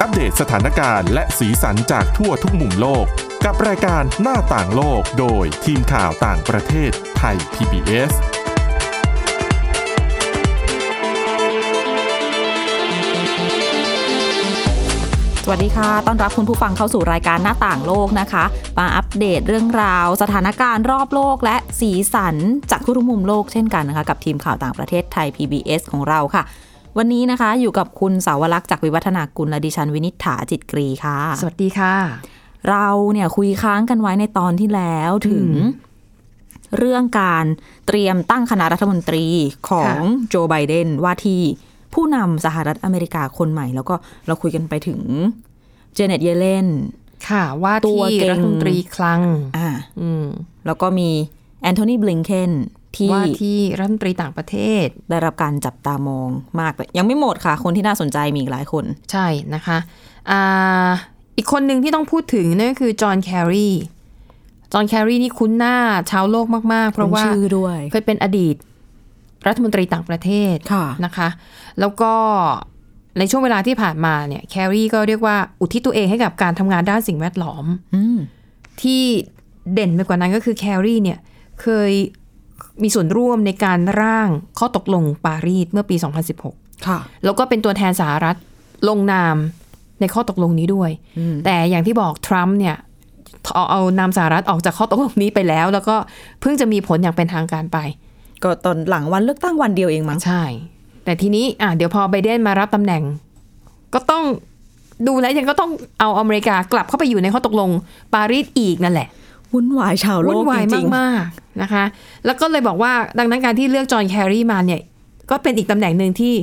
อัปเดตสถานการณ์และสีสันจากทั่วทุกมุมโลก กับรายการหน้าต่างโลกโดยทีมข่าวต่างประเทศไทย PBS สวัสดีค่ะ ต้อนรับคุณผู้ฟังเข้าสู่รายการหน้าต่างโลกนะคะ มาอัปเดตเรื่องราว สถานการณ์รอบโลกและสีสันจากทุกมุมโลกเช่นกันนะคะ กับทีมข่าวต่างประเทศไทย PBS ของเราค่ะ วันนี้นะคะอยู่กับคุณสาวรักษ์จากวิวัฒนากุลและดิฉันวินิษฐาจิตกรีค่ะ สวัสดีค่ะ เราเนี่ยคุยค้างกันไว้ในตอนที่แล้วถึง เรื่องการเตรียมตั้งคณะรัฐมนตรีของโจไบเดนว่าที่ผู้นำสหรัฐอเมริกาคนใหม่ แล้วก็เราคุยกันไปถึงเจเน็ตเยเลน ค่ะ ว่า ตั ที่ วเก่ง รัฐมนตรีคลัง อ่า อืม แล้วก็มีแอนโทนีบลิงเคนที่ ว่าที่รัฐมนตรีต่างประเทศ ได้รับการจับตามองมากแต่ยังไม่หมดค่ะ คนที่น่าสนใจมีอีกหลายคน ใช่นะคะอ่าอีกคนหนึ่งที่ต้องพูดถึงนั่นก็คือจอห์นแครีจอห์นแครีนี่คุ้นหน้าชาวโลกมาก ๆ เพราะว่า คุ้นชื่อด้วย เคยเป็นอดีตรัฐมนตรีต่างประเทศ ค่ะ นะคะ แล้วก็ในช่วงเวลาที่ผ่านมาเนี่ยแครีก็เรียกว่าอุทิศตัวเองให้กับการทำงานด้านสิ่งแวดล้อม อืม ที่เด่นไปกว่านั้นก็คือแครีเนี่ยเคยมีส่วนร่วมในการร่างข้อตกลงปารีสเมื่อปี 2016 ค่ะ แล้วก็เป็นตัวแทนสหรัฐลงนามในข้อตกลงนี้ด้วย อืม แต่อย่างที่บอกทรัมป์เนี่ยเอาเอานามสหรัฐออกจากข้อตกลงนี้ไปแล้ว แล้วก็เพิ่งจะมีผลอย่างเป็นทางการไป ก็ตอนหลังวันเลือกตั้งวันเดียวเองมั้ง ใช่ แต่ทีนี้อ่ะเดี๋ยวพอไบเดนมารับตำแหน่ง ก็ต้องดูแล้วยังก็ต้องเอาอเมริกากลับเข้าไปอยู่ในข้อตกลงปารีสอีกนั่นแหละ วุ่นวายชาวโล วุ่ ก นวาย จริงๆ มาก ๆ นะคะ แล้วก็เลยบอกว่าดังนั้นการที่เลือกจอห์นแครีมาเนี่ย ก็เป็นอีกตำแหน่งหนึ่งที่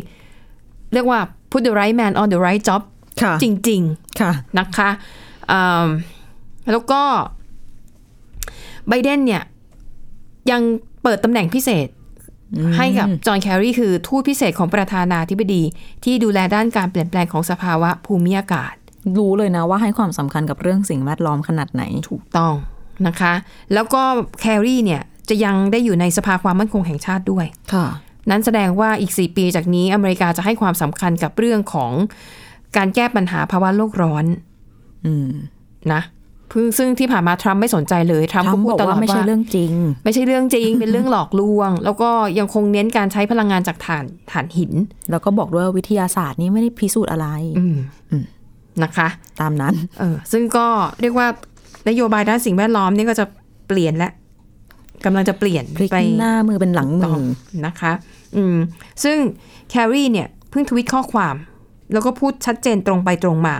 เรียกว่า put the right man on the right job ค่ะ จริง ค่ะ ๆ นะคะอืมแล้วก็ไบเดนเนี่ย ยังเปิดตำแหน่งพิเศษ ให้กับจอห์นแครีคือทูตพิเศษของประธานาธิบดี ที่ดูแลด้านการเปลี่ยนแปลงของสภาวะภูมิอากาศ รู้เลยนะว่าให้ความสำคัญกับเรื่องสิ่งแวดล้อมขนาดไหน ถูกต้องนะคะ แล้วก็แครีเนี่ย จะยังได้อยู่ในสภาความมั่นคงแห่งชาติด้วย ค่ะ นั้นแสดงว่าอีก 4 ปีจากนี้อเมริกาจะให้ความสำคัญกับเรื่องของการแก้ปัญหาภาวะโลกร้อน อืม นะพึ่งซึ่งที่ผ่านมาทรัมป์ไม่สนใจเลยทรัมป์ ทำ ก็พูด บอก ตลอ ว่า ด ไม่ใช่ ว่า เรื่องจริง ไม่ใช่เรื่องจ ริง เป็นเรื่องหลอกลวง แล้วก็ยังคงเน้นการใช้พลังงานจากถ่านถ่านหิน แล้วก็บอกด้วยว่าวิทยาศาสตร์นี่ไม่ได้พิสูจน์อะไร นะคะ ตามนั้น เออซึ่งก็เรียกว่านโยบายด้านสิ่งแวดล้อมนี่ก็จะเปลี่ยนและกำลังจะเปลี่ยน พลิก ไป หน้ามือเป็นหลังมื ต่อ อ นะคะ อืม ซึ่งแครีเนี่ยเพิ่งทวิตข้อความ แล้วก็พูดชัดเจนตรงไปตรงมา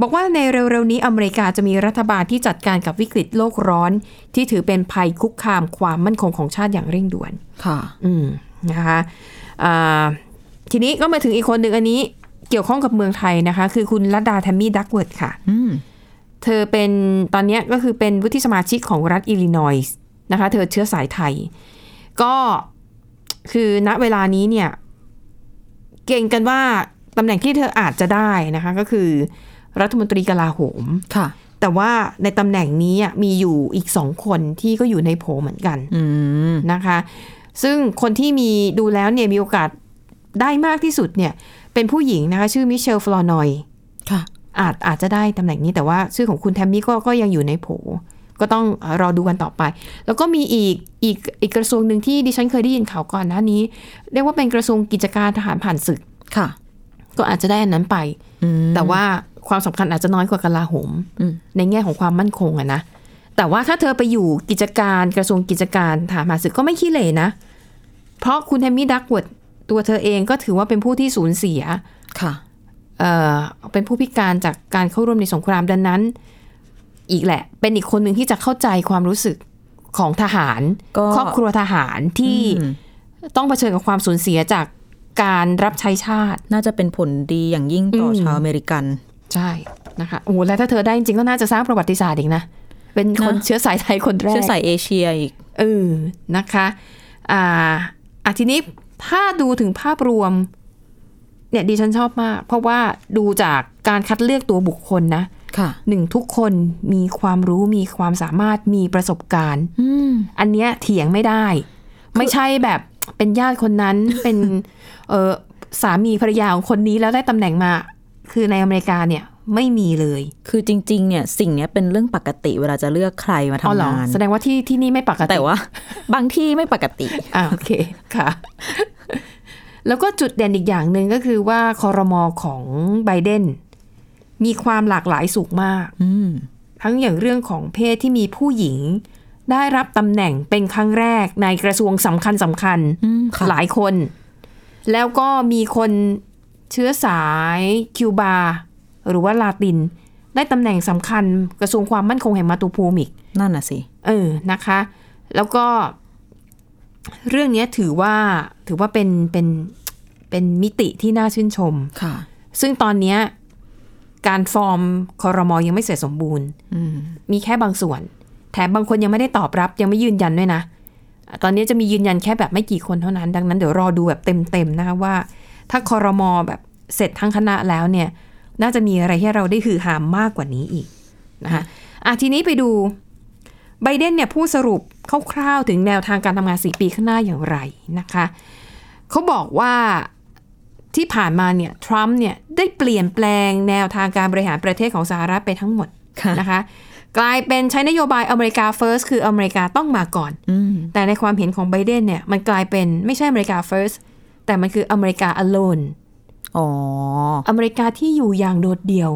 บอกว่าในเร็วๆนี้อเมริกาจะมีรัฐบาลที่จัดการกับวิกฤตโลกร้อน ที่ถือเป็นภัยคุกคามความมั่นคงของชาติอย่างเร่งด่วน ค่ะ อืม นะคะอ่าทีนี้ก็มาถึงอีกคนหนึ่งอันนี้เกี่ยวข้องกับเมืองไทยนะคะ คือคุณรัดดาแทมมี่ดักเวิร์ดค่ะ อืม เธอเป็นตอนเนี้ยก็คือเป็นวุฒิสมาชิกของรัฐอิลลินอยส์นะคะ เธอเชื้อสายไทย ก็คือณเวลานี้เนี่ย เก่งกันว่าตำแหน่งที่เธออาจจะได้นะคะ ก็คือรัฐมนตรีกลาโหม ค่ะ แต่ว่าในตำแหน่งนี้อ่ะมีอยู่อีกสองคนที่ก็อยู่ในโผเหมือนกัน อืม นะคะ ซึ่งคนที่มีดูแล้วเนี่ยมีโอกาสได้มากที่สุดเนี่ย เป็นผู้หญิงนะคะ ชื่อมิเชลฟลอนอย ค่ะ อาจอาจจะได้ตำแหน่งนี้แต่ว่าชื่อของคุณแทมมี่ก็ก็ยังอยู่ในโผ ก็ต้องเอ่อรอดูกันต่อไป แล้วก็มีอีกอีกอีกกระทรวงหนึ่งที่ดิฉันเคยได้ยินข่าวก่อนหน้านี้ เรียกว่าเป็นกระทรวงกิจการทหารผ่านศึก ค่ะ ก็อาจจะได้อันนั้นไป อืม แต่ว่าความสำคัญอาจจะน้อยกว่ากลาโหม อืม ในแง่ของความมั่นคงอะนะ แต่ว่าถ้าเธอไปอยู่กิจการกระทรวงกิจการทหารผ่านศึกก็ไม่ขี้เหร่นะ เพราะคุณแทมมี่ดักวดตัวเธอเองก็ถือว่าเป็นผู้ที่สูญเสีย ค่ะ เอ่อเป็นผู้พิการจากการเข้าร่วมในสงครามดังนั้น อีกแหละ เป็นอีกคนหนึ่งที่จะเข้าใจความรู้สึกของทหาร ก็ ครอบครัวทหารที่ อืม ต้องเผชิญกับความสูญเสียจากการรับใช้ชาติ น่าจะเป็นผลดีอย่างยิ่งต่ออ ม ชาวอเมริกัน ใช่นะคะโอ้โหและถ้าเธอได้จริงๆก็น่าจะสร้างประวัติศาสตร์อีกนะ เป็นคน นะ เชื้อสายไทยคนแรก เชื้อสายเอเชียอีก เออ นะคะ อ่าอ่ะทีนี้ถ้าดูถึงภาพรวม เนี่ยดิฉันชอบมาก เพราะว่าดูจากการคัดเลือกตัวบุคคลนะ ค่ะ หนึ่งทุกคนมีความรู้มีความสามารถมีประสบการณ์ อืม อันเนี้ยเถียงไม่ได้ ไม่ใช่แบบ เป็นญาติคนนั้น เป็นเออสามีภรรยาของคนนี้แล้วได้ตำแหน่งมา คือในอเมริกาเนี่ยไม่มีเลย คือจริง ๆ เนี่ยสิ่งเนี้ยเป็นเรื่องปกติเวลาจะเลือกใครมา อ๋อเหรองทำาน แสดงว่าที่ที่นี่ไม่ปกติ แต่ว่า บางที่ไม่ปกติ อ่าโอเคค่ะ แล้วก็จุดเด่นอีกอย่างหนึ่งก็คือว่าคอรมอของไบเดนมีความหลากหลายสูงมาก อืม ทั้งอย่างเรื่องของเพศที่มีผู้หญิง ได้รับตำแหน่งเป็นครั้งแรกในกระทรวงสำคัญสำคัญๆ อืมค่ะ หลายคน แล้วก็มีคนเชื้อสายคิวบา หรือว่าลาติน ได้ตำแหน่งสำคัญกระทรวงความมั่นคงแห่งมาตุภูมิอีก นั่นน่ะสิ เออนะคะ แล้วก็เรื่องเนี้ยถือว่าถือว่าเป็นเป็นเป็นมิติที่น่าชื่นชม ค่ะ ซึ่งตอนเนี้ยการฟอร์มคอรมอยังไม่เสร็จสมบูรณ์ อืม มีแค่บางส่วน แถมบางคนยังไม่ได้ตอบรับยังไม่ยืนยันด้วยนะ ตอนนี้จะมียืนยันแค่แบบไม่กี่คนเท่านั้น ดังนั้นเดี๋ยวรอดูแบบเต็มๆนะคะว่า ถ้าคอรมอแบบเสร็จทั้งคณะแล้วเนี่ย น่าจะมีอะไรให้เราได้ฮือหามมากกว่านี้อีกนะคะอ่ะทีนี้ไปดูไบเดนเนี่ยพูดสรุปคร่าวๆถึงแนวทางการทำงาน 4 ปีข้างหน้าอย่างไรนะคะเขาบอกว่าที่ผ่านมาเนี่ยทรัมป์เนี่ยได้เปลี่ยนแปลงแนวทางการบริหารประเทศของสหรัฐไปทั้งหมด ค่ะ นะคะกลายเป็นใช้นโยบายอเมริกา first คืออเมริกาต้องมาก่อน อืม แต่ในความเห็นของไบเดนเนี่ย มันกลายเป็นไม่ใช่อเมริกา first แต่มันคืออเมริกา alone อ๋อ อเมริกาที่อยู่อย่างโดดเดี่ยว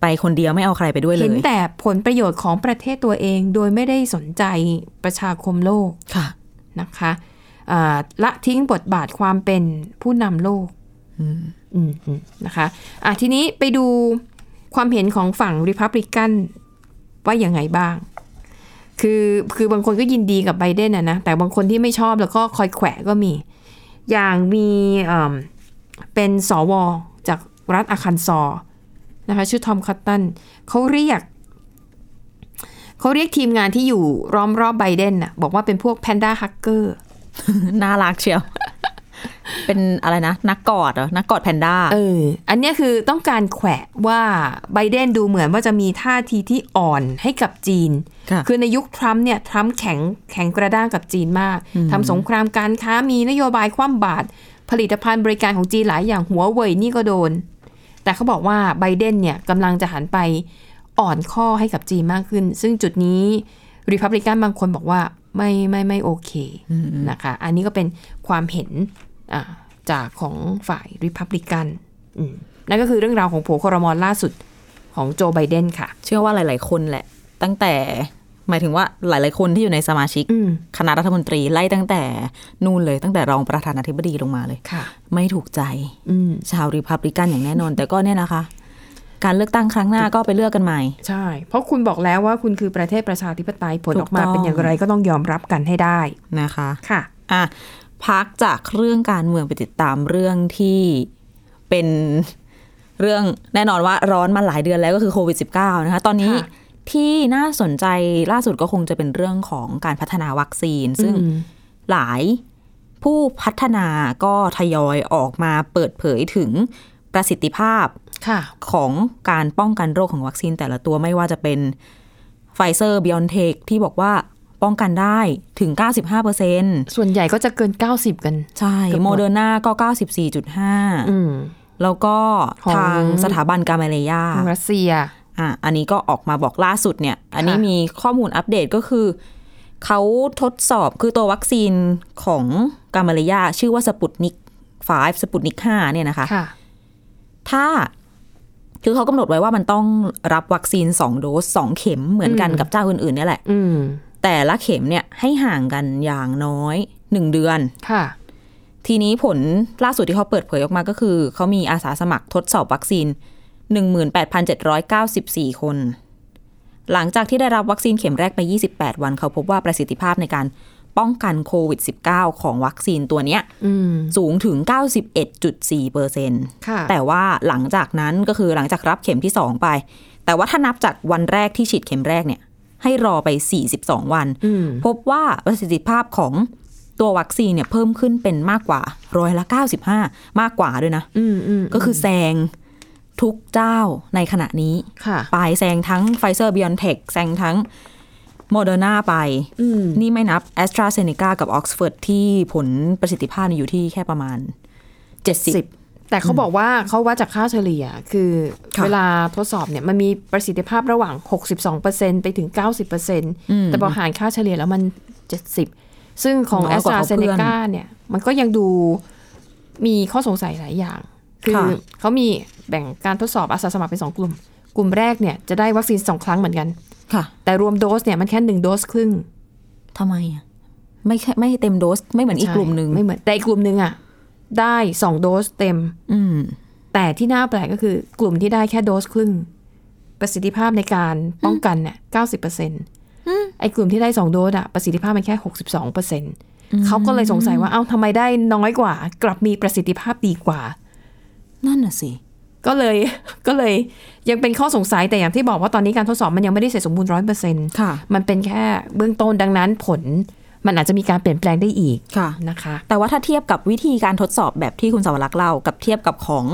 ไปคนเดียวไม่เอาใครไปด้วยเลย เห็นแต่ผลประโยชน์ของประเทศตัวเองโดยไม่ได้สนใจประชาคมโลก ค่ะ นะคะอ่าละทิ้งบทบาทความเป็นผู้นำโลกอืมอืมนะคะอ่ะทีนี้ไปดูความเห็นของฝั่งริพับลิกัน ว่าอย่างไงบ้าง คือคือบางคนก็ยินดีกับไบเดนอะนะ แต่บางคนที่ไม่ชอบแล้วก็คอยแขวะก็มี อย่างมีเอิ่มเป็นสวจากรัฐอาคันซอร์นะคะชื่อทอมคัตตันเขาเรียก เขาเรียกทีมงานที่อยู่ร้อมรอบไบเดนน่ะบอกว่าเป็นพวกแพนด้าฮักเกอร์ น่ารักเชียว เป็นอะไรนะ นักกอดเหรอ นักกอดแพนด้า เออ อันเนี้ยคือต้องการแขวะว่าไบเดนดูเหมือนว่าจะมีท่าทีที่อ่อนให้กับจีน ค่ะ คือในยุคทรัมป์เนี่ยทรัมป์แข็งแข็งกระด้างกับจีนมากทำสงครามการค้ามีนโยบายคว่ำบาตรผลิตภัณฑ์บริการของจีนหลายอย่างหัวเว่ยนี่ก็โดน แต่เขาบอกว่าไบเดนเนี่ยกำลังจะหันไปอ่อนข้อให้กับจีนมากขึ้น ซึ่งจุดนี้ริพับลิกันบางคนบอกว่าไม่ไม่ไม่โอเคนะคะ อันนี้ก็เป็นความเห็นอ่าจากของฝ่ายริพับลิกันอืมนั่นก็คือเรื่องราวของโผล่ครมอล่าสุดของโจไบเดนค่ะ เชื่อว่าหลาย ๆ คนแหละ ตั้งแต่ หมายถึงว่าหลาย ๆ คนที่อยู่ในสมาชิก อืม คณะรัฐมนตรีไล่ตั้งแต่นู่นเลย ตั้งแต่รองประธานาธิบดีลงมาเลย ค่ะ ไม่ถูกใจ อืม ชาวริพับลิกันอย่างแน่นอน แต่ก็เนี่ยนะคะ การเลือกตั้งครั้งหน้าก็ไปเลือกกันใหม่ ใช่ เพราะคุณบอกแล้วว่าคุณคือประเทศประชาธิปไตยผล ถู อก อกมา ต้อง เป็นอย่างไรก็ต้องยอมรับกันให้ได้ นะคะ ค่ะ อ่ะพักจากเรื่องการเมืองไปติดตามเรื่องที่เป็น เรื่องแน่นอนว่าร้อนมาหลายเดือนแล้วก็คือโควิด -19 นะคะ ตอนนี้ ค่ะ ที่น่าสนใจล่าสุดก็คงจะเป็นเรื่องของการพัฒนาวัคซีน ซึ่งหลายผู้พัฒนาก็ทยอยออกมาเปิดเผยถึงประสิทธิภาพ ค่ะ ของการป้องกันโรคของวัคซีนแต่ละตัวไม่ว่าจะเป็นไฟเซอร์บิออนเทคที่บอกว่าป้องกันได้ถึง 95% ส่วนใหญ่ก็จะเกิน 90 กัน ใช่ เกือบหมด โมเดอร์นาก็ อืม 94.5 แล้วก็ ของ ทางสถาบันการมาเลเซีย ของรัสเซีย อ่ะอันนี้ก็ออกมาบอกล่าสุดเนี่ย อันนี้ ค่ะ มีข้อมูลอัปเดตก็คือ เขาทดสอบคือตัววัคซีนของกามาเลเซียชื่อว่าสปุตนิก5สปุตนิก5เนี่ยนะคะ ค่ะ ถ้าคือเขากำหนดไว้ว่ามันต้องรับวัคซีน 2 โดส 2 เข็มเหมือนกันกับเจ้าอื่นๆเนี่ยแหละ อืม แต่ละเข็มเนี่ยให้ห่างกันอย่างน้อย 1 เดือน ค่ะ ทีนี้ผลล่าสุดที่เขาเปิดเผยออกมาก็คือ เขามีอาสาสมัครทดสอบวัคซีน 18,794 คน หลังจากที่ได้รับวัคซีนเข็มแรกไป 28 วัน เขาพบว่าประสิทธิภาพในการป้องกันโควิด -19 ของวัคซีนตัวเนี้ย อืม สูงถึง 91.4เปอร์เซ็นต์ ค่ะ แต่ว่าหลังจากนั้นก็คือหลังจากรับเข็มที่ 2 ไป แต่ว่าถ้านับจากวันแรกที่ฉีดเข็มแรกเนี่ย ให้รอไป 42 วัน อืม พบว่าประสิทธิภาพของตัววัคซีนเนี่ยเพิ่มขึ้นเป็นมากกว่าร้อยละ 95 มากกว่าด้วยนะ อืมอืม ก็คือแซงทุกเจ้าในขณะนี้ ค่ะ ไปแซงทั้ง Pfizer BioNTech แซงทั้ง Moderna ไป อืม นี่ไม่นับ a s t r a z e ซ e c a กับ Oxford ที่ผลประสิทธิภาพเนี่ยอยู่ที่แค่ประมาณ 70 แต่เขาบอกว่าเขาวัดจากค่าเฉลี่ย คือ ค่ะ เวลาทดสอบเนี่ยมันมีประสิทธิภาพระหว่าง 62%ไปถึง 90%แต่พอหารค่าเฉลี่ยแล้วมัน 70 ซึ่งของ น้ แอ อย ส กว่าขตราอง เซ เพื่อน เนกาเนี่ยมันก็ยังดูมีข้อสงสัยหลายอย่าง คือ ค่ะ เขามีแบ่งการทดสอบอาสาสมัครเป็น 2 กลุ่ม กลุ่มแรกเนี่ยจะได้วัคซีน 2 ครั้งเหมือนกัน ค่ะ แต่รวมโดสเนี่ยมันแค่หนึ่งโดสครึ่ง ทำไมอ่ะไม่ใช่ไม่เต็มโดสไม่เหมือนอีก ใช่ กลุ่มหนึ่ง ไม่เหมือนแต่อีกกลุ่มหนึ่งอ่ะได้สองโดสเต็ม อืม แต่ที่น่าแปลกก็คือกลุ่มที่ได้แค่โดสครึ่ง ประสิทธิภาพในการป้องกันเนี่ยเก้าสิบเปอร์เซ็นต์ไอ้กลุ่มที่ได้สองโดสอะประสิทธิภาพมันแค่หกสิบสองเปอร์เซ็นต์เขาก็เลยสงสัยว่าเอ้าทำไมได้น้อยกว่า กลับมีประสิทธิภาพดีกว่า นั่นน่ะสิ ก็เลย ก็เลยยังเป็นข้อสงสัยแต่อย่างที่บอกว่าตอนนี้การทดสอบมันยังไม่ได้เสร็จสมบูรณ์ร้อยเปอร์เซ็นต์ ค่ะ มันเป็นแค่เบื้องต้นดังนั้นผล มันอาจจะมีการเปลี่ยนแปลงได้อีก ค่ะ นะคะ แต่ว่าถ้าเทียบกับวิธีการทดสอบแบบที่คุณสวรักษ์เล่ากับเทียบกับของ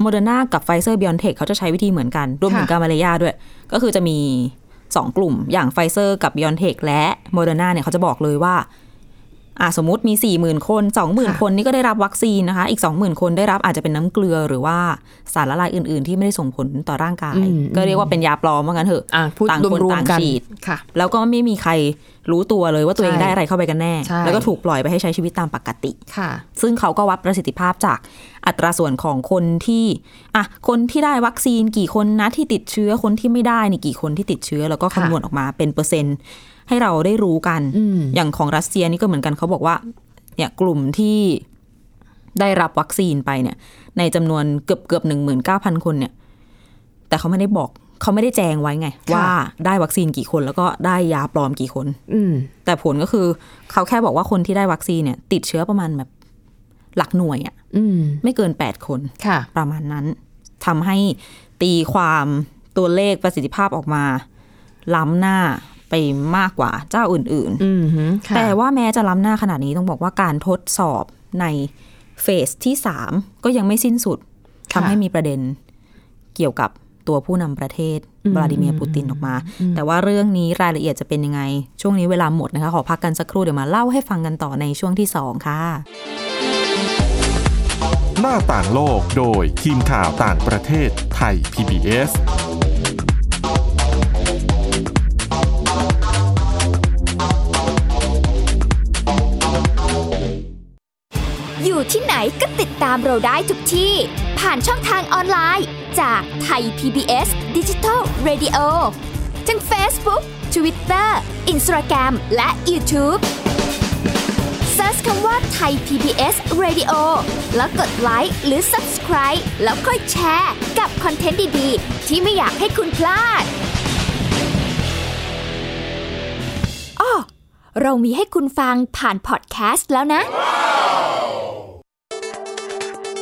โมเดอร์นากับไฟเซอร์บิออนเทคเขาจะใช้วิธีเหมือนกัน รวมถึง ค่ะ กามาเล y a ด้วย ก็คือจะมี 2 กลุ่มอย่างไฟเซอร์กับบิออนเทคและโมเดอร์นาเนี่ยเขาจะบอกเลยว่าอ่ะสมมติมี 4 0,000 คน 20,000 คนนี่ก็ได้รับวัคซีนนะคะ อีก 20,000 คนได้รับอาจจะเป็นน้ำเกลือหรือว่าสารละลายอื่น ๆ ที่ไม่ได้ส่งผลต่อร่างกาย ก็เรียกว่าเป็นยาปลอมว่างั้นเถอะ อ่ะพูด ต่างคน รวม ต่าง ๆกัน ฉีด ค่ะ แล้วก็ไม่มีใครรู้ตัวเลยว่าตัวเอง ใช่ ได้อะไรเข้าไปกันแน่ ใช่ แล้วก็ถูกปล่อยไปให้ใช้ชีวิตตามปกติ ค่ะ ซึ่งเขาก็วัดประสิทธิภาพจากอัตราส่วนของคนที่อ่ะคนที่ได้วัคซีนกี่คนนะที่ติดเชื้อคนที่ไม่ได้นี่กี่คนที่ติดเชื้อ แล้วก็ ค่ะ คำนวณออกมาเป็นเปอร์เซ็นต์ ให้เราได้รู้กัน อืม อย่างของรัสเซียนี่ก็เหมือนกันเขาบอกว่าเนี่ยกลุ่มที่ได้รับวัคซีนไปเนี่ย ในจำนวนเกือบเกือบหนึ่งหมื่นเก้าพันคนเนี่ย แต่เขาไม่ได้บอกเขาไม่ได้แจงไว้ไง ค่ะ ว่าได้วัคซีนกี่คนแล้วก็ได้ยาปลอมกี่คน อืม แต่ผลก็คือเขาแค่บอกว่าคนที่ได้วัคซีนเนี่ย ติดเชื้อประมาณแบบหลักหน่วยอะ อืม ไม่เกิน 8 คน ค่ะ ประมาณนั้นทำให้ตีความตัวเลขประสิทธิภาพออกมา ล้ำหน้าไปมากกว่าเจ้าอื่น อืมฮึ ๆ ค่ะ แต่ว่าแม้จะล้ำหน้าขนาดนี้ต้องบอกว่าการทดสอบในเฟสที่ 3 ก็ยังไม่สิ้นสุด ค่ะ ทำให้มีประเด็นเกี่ยวกับตัวผู้นำประเทศวลาดิเมียร์ปูตินออกมา แต่ว่าเรื่องนี้รายละเอียดจะเป็นยังไง ช่วงนี้เวลาหมดนะคะ ขอพักกันสักครู่เดี๋ยวมาเล่าให้ฟังกันต่อในช่วงที่ 2 ค่ะ หน้าต่างโลกโดยทีมข่าวต่างประเทศไทย PBS อยู่ที่ไหนก็ติดตามเราได้ทุกที่ ผ่านช่องทางออนไลน์ จากไทย PBS Digital Radio ทั้ง Facebook Twitter Instagram และ YouTube Search คำว่าไทย PBS Radio แล้วกดไลค์หรือ Subscribe แล้วค่อยแชร์ กับคอนเทนต์ดี ๆ ที่ไม่อยากให้คุณพลาดอ้อเรามีให้คุณฟังผ่านพอดแคสต์แล้วนะ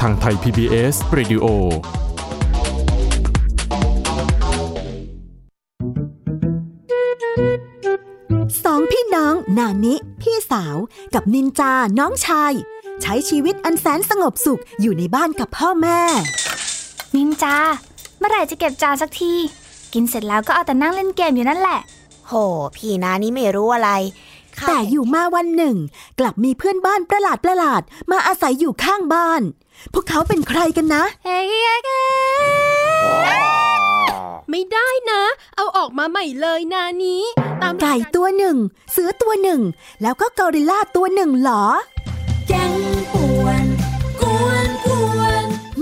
ทางไทย PBS Radio สองพี่น้องนานิ พี่สาวกับนินจาน้องชาย ใช้ชีวิตอันแสนสงบสุขอยู่ในบ้านกับพ่อแม่ นินจา เมื่อไหร่จะเก็บจานสักที กินเสร็จแล้วก็เอาแต่นั่งเล่นเกมอยู่นั่นแหละ โห พี่นานี่ไม่รู้อะไรข้า แต่อยู่มาวันหนึ่ง กลับมีเพื่อนบ้านประหลาดประหลาดๆมาอาศัยอยู่ข้างบ้าน พวกเขาเป็นใครกันนะ เฮ้ยเฮ้ยเฮ้ย ไม่ได้นะ เอาออกมาใหม่เลยนานี้ ตามหไก่ลัาร ตัวหนึ่ง เสือตัวหนึ่ง แล้วก็กอริลลาตัวหนึ่งเหรอ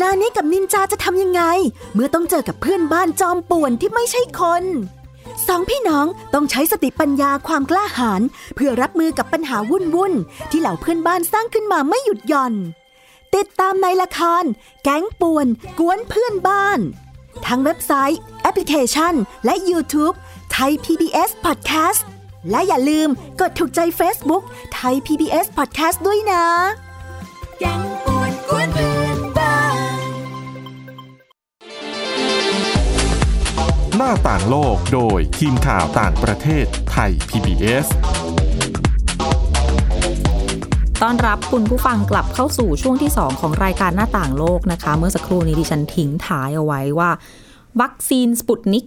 นานิกับนินจาจะทำยังไง เมื่อต้องเจอกับเพื่อนบ้านจอมป่วนที่ไม่ใช่คนสองพี่น้องต้องใช้สติปัญญาความกล้าหาญเพื่อรับมือกับปัญหาวุ่นวุ่นๆที่เหล่าเพื่อนบ้านสร้างขึ้นมาไม่หยุดหย่อน ติดตามในละคร แก๊งป่วน กวนเพื่อนบ้าน ทั้งเว็บไซต์ แอปพลิเคชัน และ YouTube ไทย PBS Podcast และอย่าลืมกดถูกใจ Facebook ไทย PBS Podcast ด้วยนะ หน้าต่างโลกโดยทีมข่าวต่างประเทศไทย PBS ต้อนรับคุณผู้ฟังกลับเข้าสู่ช่วงที่ 2 ของรายการหน้าต่างโลกนะคะ เมื่อสักครู่นี้ดิฉันทิ้งท้ายเอาไว้ว่า วัคซีนสปุตนิก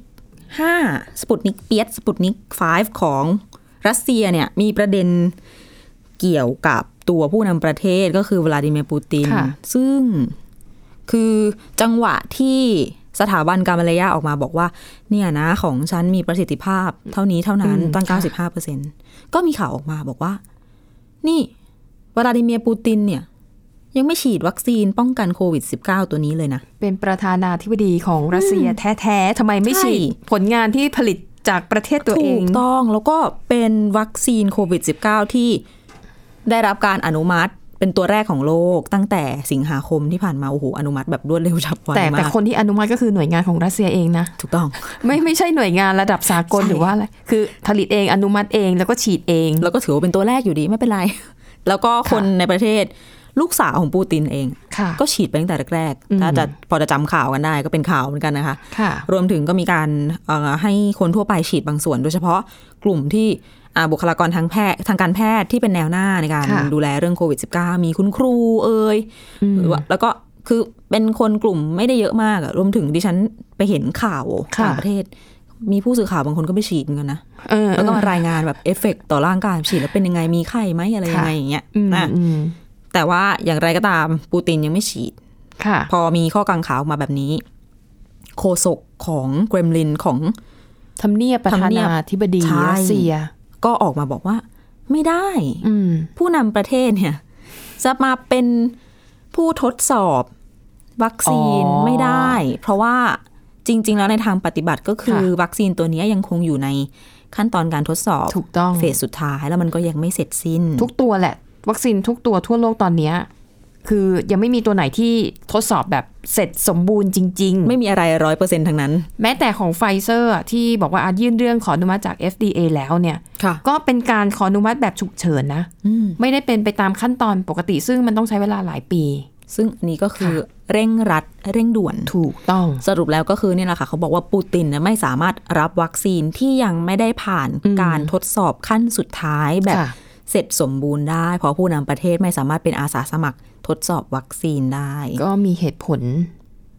5 สปุตนิกเปียสสปุตนิก 5 ของรัสเซียเนี่ย มีประเด็นเกี่ยวกับตัวผู้นำประเทศก็คือวลาดิเมียร์ปูติน ค่ะ ซึ่งคือจังหวะที่สถาบันการมาเลยาออกมาบอกว่า เนี่ยนะของฉันมีประสิทธิภาพเท่านี้เท่านั้นตั้ง 95%ก็มีข่าวออกมาบอกว่า นี่ วลาดิเมียร์ปูตินเนี่ย ยังไม่ฉีดวัคซีนป้องกันโควิด -19 ตัวนี้เลยนะ เป็นประธานาธิบดีของรัสเซียแท้ๆทำไมไม่ ใช่ ฉีดผลงานที่ผลิตจากประเทศตัวเอ ถู ง กต้องแล้วก็เป็นวัคซีนโควิด -19 ที่ได้รับการอนุมัติเป็นตัวแรกของโลกตั้งแต่สิงหาคมที่ผ่านมาโอ้โหอนุมัติแบบรวดเร็วฉับไว แต่แต่ มาก คนที่อนุมัติก็คือหน่วยงานของรัสเซียเองนะ ถูกต้อง ไม่ไม่ใช่หน่วยงานระดับสากล ใช่ หรือว่าอะไร คือผลิตเองอนุมัติเองแล้วก็ฉีดเอง แล้วก็ถือว่าเป็นตัวแรกอยู่ดีไม่เป็นไร แล้วก็คนในประเทศลูกสาวของปูตินเอง ค่ะ ก็ฉีดไปตั้งแต่แรก อืม ๆถ้าจะพอจะจำข่าวกันได้ก็เป็นข่าวเหมือนกันนะคะ ค่ะ รวมถึงก็มีการเอ่อให้คนทั่วไปฉีดบางส่วน โดยเฉพาะกลุ่มที่อ่าบุคลากรทางแพทย์ทางการแพทย์ที่เป็นแนวหน้าในการ ค่ะ ดูแลเรื่องโควิด -19 มีคุณครูเอ่ยหรือว่าแล้วก็คือเป็นคนกลุ่มไม่ได้เยอะมากอะรวมถึงดิฉันไปเห็นข่าวต่างประเทศ มีผู้สื่อข่าวบางคนก็ไปฉีดเหมือนกันนะ เออ แล้วก็มา เออ รายงานแบบเอฟเฟกต์ต่อร่างกายฉีดแล้วเป็นยังไงมีไข้ไหมอะไรยังไง ค่ะ อย่างเงี้ย อืม นะ อืม แต่ว่าอย่างไรก็ตามปูตินยังไม่ฉีด ค่ะ พอมีข้อกังขาออกมาแบบนี้ โคศกของเกรมลินของ ทำเนียบประธานาธิบดี ใช่ รัสเซีย ก็ออกมาบอกว่า ไม่ได้ อืม ผู้นำประเทศเนี่ย จะมาเป็นผู้ทดสอบวัคซีน อ๋อ ไม่ได้ เพราะว่าจริง ๆ แล้วในทางปฏิบัติก็คือ ค่ะ วัคซีนตัวเนี้ยยังคงอยู่ในขั้นตอนการทดสอบ ถูกต้อง เฟสสุดท้ายแล้วมันก็ยังไม่เสร็จสิ้น ทุกตัวแหละ วัคซีนทุกตัวทั่วโลกตอนเนี้ยคือยังไม่มีตัวไหนที่ทดสอบแบบเสร็จสมบูรณ์จริง ๆ ไม่มีอะไรร้อยเปอร์เซ็นทั้งนั้น แม้แต่ของไฟเซอร์อะที่บอกว่าอาจยื่นเรื่องขออนุมัติจาก FDA แล้วเนี่ย ค่ะ ก็เป็นการขออนุมัติแบบฉุกเฉินนะ อืม ไม่ได้เป็นไปตามขั้นตอนปกติ ซึ่งมันต้องใช้เวลาหลายปี ซึ่งอันนี้ก็คือเร่งรัดเร่งด่วน ถูกต้อง สรุปแล้วก็คือเนี่ยแหละค่ะ เขาบอกว่าปูตินเนี่ยไม่สามารถรับวัคซีนที่ยังไม่ได้ผ่าน อืม การทดสอบขั้นสุดท้ายแบบ ค่ะ เสร็จสมบูรณ์ได้ เพราะผู้นำประเทศไม่สามารถเป็นอาสาสมัครทดสอบวัคซีนได้ ก็มีเหตุผล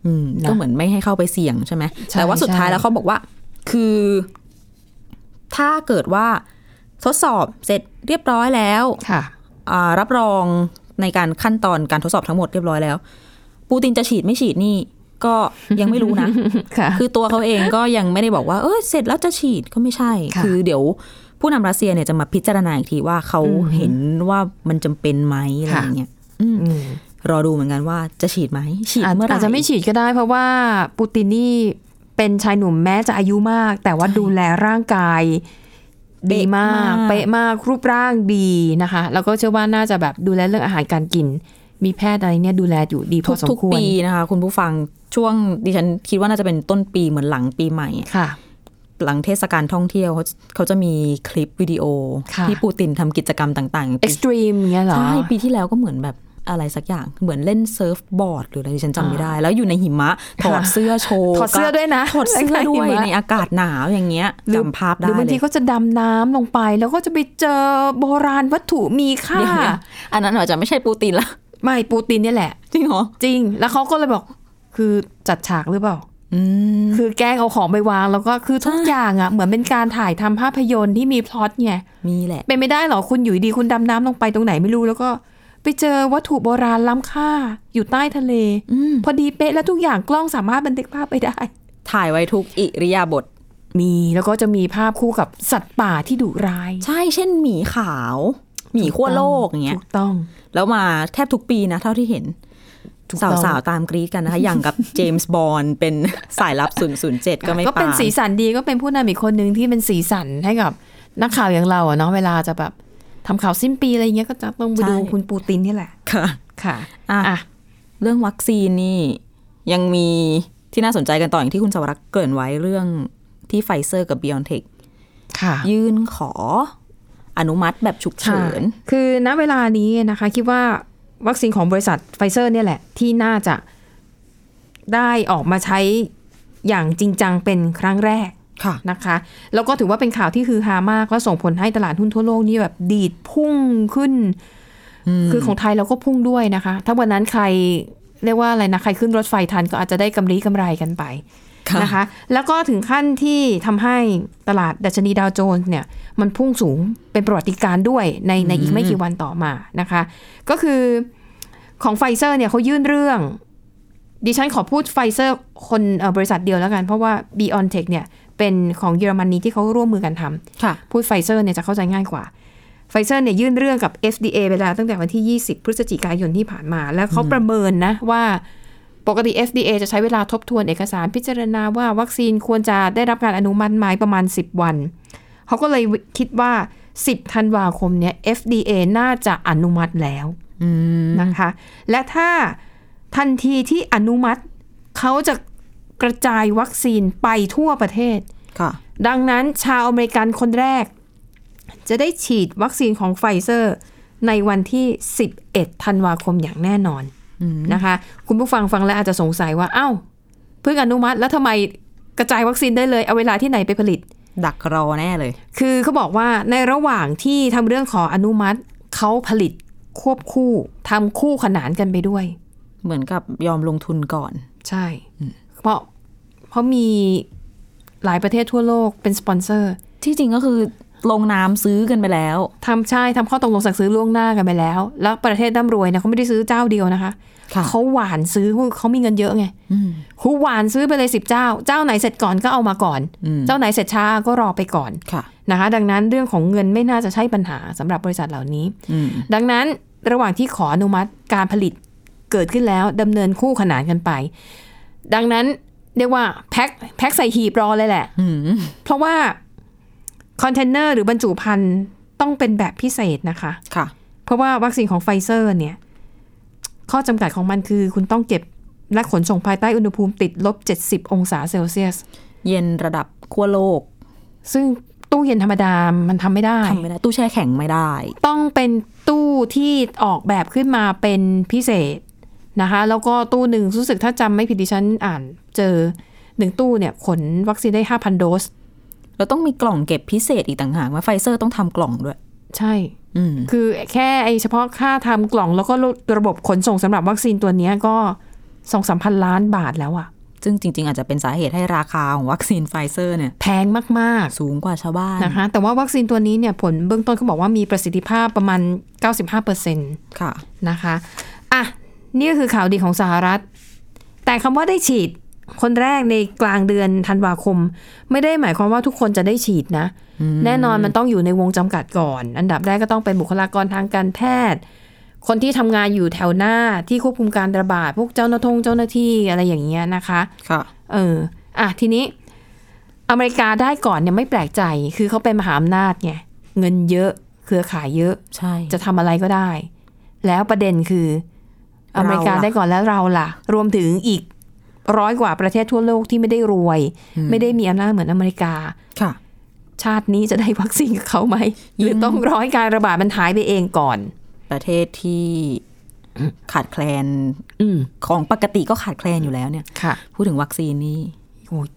อืม นะ ก็เหมือนไม่ให้เข้าไปเสี่ยงใช่ไหม ใช่ แต่ว่าสุดท้ายแล้วเขาบอกว่า คือ ถ้าเกิดว่าทดสอบเสร็จเรียบร้อยแล้ว ค่ะ อ่ารับรองในการขั้นตอนการทดสอบทั้งหมดเรียบร้อยแล้ว ปูตินจะฉีดไม่ฉีดนี่ ก็ยังไม่รู้นะ ค่ะ คือตัวเขาเองก็ยังไม่ได้บอกว่า เออเสร็จแล้วจะฉีดก็ไม่ใช่ ค่ะ คือเดี๋ยวผู้นำรัสเซียเนี่ยจะมาพิจารณาอีกทีว่าเขา อือหือ เห็นว่ามันจำเป็นไหมอะไรอย่างเงี้ยอืม อืม รอดูเหมือนกันว่าจะฉีดไหมฉีดเมื่อไหร่ อาจจะไม่ฉีดก็ได้ เพราะว่าปูตินนี่เป็นชายหนุ่มแม้จะอายุมาก แต่ว่าดูแลร่างกาย ดีมาก เป๊ะมากรูปร่างดีนะคะ แล้วก็เชื่อว่าน่าจะแบบดูแลเรื่องอาหารการกิน มีแพทย์อะไรเนี่ยดูแลอยู่ดีพ ทุ อกสม ทุก ควร ปีนะคะคุณผู้ฟังช่วงดิฉันคิดว่าน่าจะเป็นต้นปีเหมือนหลังปีใหม่ ค่ะ หลังเทศกาลท่องเที่ยวเขาเขาจะมีคลิปวิดีโอ ค่ะ ที่ปูตินทำกิจกรรมต่างๆอย่าง เอ็ ปี กซ์ตรีมเงี้ยเหรอ ใช่ปีที่แล้วก็เหมือนแบบอะไรสักอย่างเหมือนเล่นเซิร์ฟบอร์ดหรืออะไรดิฉันจำไม่ได้ แล้วอยู่ในหิมะถอดเสื้อโชว์ ถอดเสื้อด้วยนะ ถอดเสื้อด้วย ใส่หิมะ ในอากาศหนาวอย่างเงี้ย หรือ จำภาพได้ หรือบาง เล ที ย ก็จะดำน้ำลงไป แล้วก็จะไปเจอโบราณวัตถุมีค่า เดี๋ยวนะอันนั้นอาจจะไม่ใช่ปูตินละ ไม่ปูตินเนี่ยแหละ จริงเหรอ จริง แล้วเขาก็เลยบอก คือจัดฉากหรือเปล่า อืม คือแกล้งเอาของไปวาง แล้วก็คือทุก ใช่ อย่างอะ่ะ เหมือนเป็นการถ่ายทำภาพยนตร์ที่มีพล็อตไง มีแหละ เป็นไม่ได้เหรอ คุณอยู่ดีๆคุณดำน้ำลงไปตรงไหนไม่รู้ แล้วก็ไปเจอวัตถุโบราณล้ำค่า อยู่ใต้ทะเล อืม พอดีเป๊ะแล้วทุกอย่างกล้องสามารถบันทึกภาพไปได้ ถ่ายไว้ทุกอิริยาบถ มีแล้วก็จะมีภาพคู่กับสัตว์ป่าที่ดุร้าย ใช่เช่นหมีขาว หมีขั้วโลกอย่างเงี้ย ถูกต้อง แล้วมาแทบทุกปีนะเท่าที่เห็น ถูกต้ สาวอง ๆ ตามกรีดกันนะคะ อย่างกับเจมส์บอลเป็น สายลับ 007 ก็ไม่ ก็เป็น ปา สีสันดีก็เป็นผู้นำอีกคนหนึ่งที่เป็นสีสันให้กับนักข่าวอย่างเราอะเนาะเวลาจะแบบทำข่าวสิ้นปีอะไรเงี้ยก็จะต้องไปดูคุณปูตินนี่แหละ ค่ะ ค่ะ อ่ะ อ่ะ เรื่องวัคซีนนี่ ยังมีที่น่าสนใจกันต่ออย่างที่คุณสวรักษ์เกริ่นไว้เรื่องที่ไฟเซอร์กับ b i o n t e c h ค่ะ ยื่นขออนุมัติแบบฉุกเฉิน ค่ะคือณเวลานี้นะคะ คิดว่าวัคซีนของบริษัทไฟเซอร์เนี่ยแหละ ที่น่าจะได้ออกมาใช้อย่างจริงจังเป็นครั้งแรก ค่ะ นะคะ แล้วก็ถือว่าเป็นข่าวที่ฮือฮามากและส่งผลให้ตลาดหุ้นทั่วโลกนี่แบบดีดพุ่งขึ้น คือของไทยเราก็พุ่งด้วยนะคะ ถ้าวันนั้นใครเรียกว่าอะไรนะ ใครขึ้นรถไฟทันก็อาจจะได้กำไรกำไรกันไป นะคะ แล้วก็ถึงขั้นที่ทำให้ตลาดดัชนีดาวโจนส์เนี่ย มันพุ่งสูงเป็นประวัติการณ์ด้วยในในอีกไม่กี่วันต่อมานะคะ ก็คือของไฟเซอร์เนี่ยเขายื่นเรื่อง ดิฉันขอพูดไฟเซอร์คนเอ่อบริษัทเดียวแล้วกัน เพราะว่า b i o n t e c h เนี่ย เป็นของเยอรมนีที่เขาร่วมมือกันทำ ค่ะ พูดไฟเซอร์เนี่ยจะเข้าใจง่ายกว่า ไฟเซอร์เนี่ยยื่นเรื่องกับ FDA ไปแล้วตั้งแต่วันที่ 20 พฤศจิกายนที่ผ่านมา แล้วเขาประเมินนะว่า ปกติ FDA จะใช้เวลาทบทวนเอกสารพิจารณาว่าวัคซีนควรจะได้รับการอนุมัติไหมประมาณ 10 วัน เขาก็เลยคิดว่า 10 ธันวาคมเนี้ย FDA น่าจะอนุมัติแล้วนะคะ และถ้าทันทีที่อนุมัติ เขาจะกระจายวัคซีนไปทั่วประเทศ ค่ะ ดังนั้นชาวอเมริกันคนแรก จะได้ฉีดวัคซีนของไฟเซอร์ ในวันที่ 11 ธันวาคมอย่างแน่นอนนะคะ คุณผู้ฟังฟังแล้วอาจจะสงสัยว่า เอ้า เพิ่งอนุมัติแล้วทำไมกระจายวัคซีนได้เลย เอาเวลาที่ไหนไปผลิต ดักรอแน่เลย คือเขาบอกว่าในระหว่างที่ทำเรื่องขออนุมัติเขาผลิตควบคู่ทำคู่ขนานกันไปด้วย เหมือนกับยอมลงทุนก่อน ใช่ เพราะเพราะมีหลายประเทศทั่วโลกเป็นสปอนเซอร์ ที่จริงก็คือลงนามซื้อกันไปแล้ว ทำใช่ทำข้อตกลงสั่งซื้อล่วงหน้ากันไปแล้ว แล้วประเทศร่ำรวยนะเขาไม่ได้ซื้อเจ้าเดียวนะคะ ค่ะ เขาหวานซื้อเขามีเงินเยอะไงเขาหวานซื้อไปเลยสิบเจ้า เจ้าไหนเสร็จก่อนก็เอามาก่อน เจ้าไหนเสร็จช้าก็รอไปก่อน ค่ะ นะคะ ดังนั้นเรื่องของเงินไม่น่าจะใช่ปัญหาสำหรับบริษัทเหล่านี้ อืม ดังนั้นระหว่างที่ขออนุมัติการผลิตเกิดขึ้นแล้วดำเนินคู่ขนานกันไป ดังนั้นเรียกว่าแพ็คแพ็คใส่หีบรอเลยแหละ เพราะว่าคอนเทนเนอร์หรือบรรจุภัณฑ์ต้องเป็นแบบพิเศษนะคะ ค่ะ เพราะว่าวัคซีนของไฟเซอร์เนี่ย ข้อจำกัดของมันคือคุณต้องเก็บและขนส่งภายใต้อุณหภูมิติดลบ 70 องศาเซลเซียส เย็นระดับขั้วโลก ซึ่งตู้เย็นธรรมดามันทำไม่ได้ ทำไม่ได้ตู้แช่แข็งไม่ได้ ต้องเป็นตู้ที่ออกแบบขึ้นมาเป็นพิเศษนะคะ แล้วก็ตู้หนึ่งรู้สึกถ้าจำไม่ผิดดิฉันอ่านเจอหนึ่งตู้เนี่ย ขนวัคซีนได้ 5,000 โดส แล้วต้องมีกล่องเก็บพิเศษอีกต่างหากว่าไฟเซอร์ต้องทำกล่องด้วย ใช่ อืม คือแค่ไอเฉพาะค่าทำกล่องแล้วก็ระบบขนส่งสำหรับวัคซีนตัวเนี้ยก็สองสามพันล้านบาทแล้วอะ ซึ่งจริง ๆ อาจจะเป็นสาเหตุให้ราคาของวัคซีนไฟเซอร์เนี่ย แพงมาก สูงกว่าชาวบ้าน ๆ นะคะ แต่ว่าวัคซีนตัวนี้เนี่ยผลเบื้องต้นเขาบอกว่ามีประสิทธิภาพประมาณ 95%เปอร์เซ็นต์ ค่ะ นะคะอ่ะนี่ก็คือข่าวดีของสหรัฐ แต่คำว่าได้ฉีด คนแรกในกลางเดือนธันวาคม ไม่ได้หมายความว่าทุกคนจะได้ฉีดนะ แน่นอนมันต้องอยู่ในวงจำกัดก่อน อันดับแรกก็ต้องเป็นบุคลากรทางการแพทย์ คนที่ทำงานอยู่แถวหน้าที่ควบคุมการระบาด พวกเจ้าหน้าทงเจ้าหน้าที่อะไรอย่างเงี้ยนะคะ ค่ะ เออ อ่ะ ทีนี้อเมริกาได้ก่อนเนี่ยไม่แปลกใจ คือเขาเป็นมหาอำนาจไง เงินเยอะ เครือข่ายเยอะ ใช่ จะทำอะไรก็ได้ แล้วประเด็นคืออ เราล่ะ เมริกาได้ก่อนแล้วเราล่ะ รวมถึงอีกร้อยกว่าประเทศทั่วโลกที่ไม่ได้รวย ไม่ได้มีอำนาจเหมือนอเมริกา ค่ะ ชาตินี้จะได้วัคซีนกับเขาไหม หรือต้องร้อยการระบาดมันหายไปเองก่อน ประเทศที่ ขาดแคลน อืม ของปกติก็ขาดแคลนอยู่แล้วเนี่ย ค่ะ พูดถึงวัคซีนนี่ โอ้ย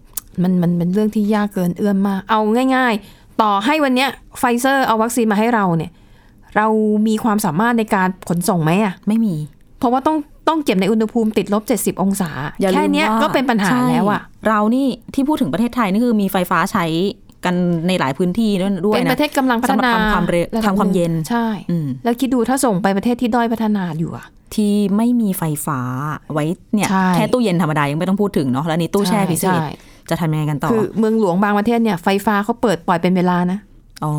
มันมันเป็นเรื่องที่ยากเกินเอื้อมมาก เอาง่าย ๆ ต่อให้วันเนี้ยไฟเซอร์เอาวัคซีนมาให้เราเนี่ย เรามีความสามารถในการขนส่งไหมอะ ไม่มี เพราะว่าต้องต้องเก็บในอุณหภูมิติดลบ 70 องศา อย่าลืม แค่เนี้ย ว่า ก็เป็นปัญหา ใช่ แล้วอะ เรานี่ที่พูดถึงประเทศไทยนี่คือมีไฟฟ้าใช้กันในหลายพื้นที่ด้วยด้วยนะ เป็นประเทศกำลังพัฒนา สำหรับทำความเร็ว ระดับ ทำความเย็น หงใช่ อืม แล้วคิดดูถ้าส่งไปประเทศที่ด้อยพัฒนาอยู่อะ ที่ไม่มีไฟฟ้าไว้เนี่ย ใช่ แค่ตู้เย็นธรรมดายังไม่ต้องพูดถึงเนาะแล้วนี่ตู้แช่พิเศษ ใช่ จะทำยังไงกันต่อ คือเมืองหลวงบางประเทศเนี่ยไฟฟ้าเขาเปิดปล่อยเป็นเวลานะ อ๋อ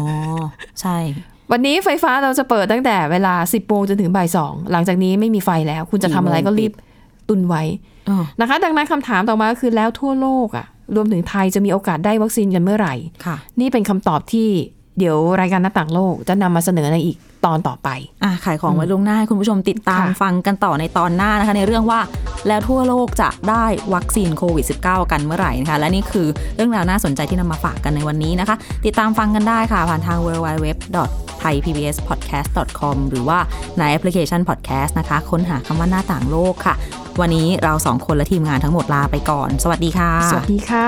ใช่ วันนี้ไฟฟ้าเราจะเปิดตั้งแต่เวลา 10โมงจนถึงบ่ายสองหลังจากนี้ไม่มีไฟแล้ว คุณจะทำอะไรก็รีบตุนไว้ อ๋อ นะคะ ดังนั้นคำถามต่อมาก็คือแล้วทั่วโลกอะรวมถึงไทยจะมีโอกาสได้วัคซีนกันเมื่อไหร่ ค่ะ นี่เป็นคำตอบที่ เดี๋ยวรายการหน้าต่างโลกจะนำมาเสนอในอีกตอนต่อไป อ่ะขายของไว้ล่วงหน้าให้คุณผู้ชมติดตาม ค่ะ ฟังกันต่อในตอนหน้านะคะ ในเรื่องว่าแล้วทั่วโลกจะได้วัคซีนโควิด -19 กันเมื่อไหร่นะคะ และนี่คือเรื่องราวน่าสนใจที่นำมาฝากกันในวันนี้นะคะ ติดตามฟังกันได้ค่ะ ผ่านทาง www thaipbspodcast.com หรือว่าในแอปพลิเคชัน podcast นะคะ ค้นหาคำว่าหน้าต่างโลกค่ะ วันนี้เราสองคนและทีมงานทั้งหมดลาไปก่อน สวัสดีค่ะ สวัสดีค่ะ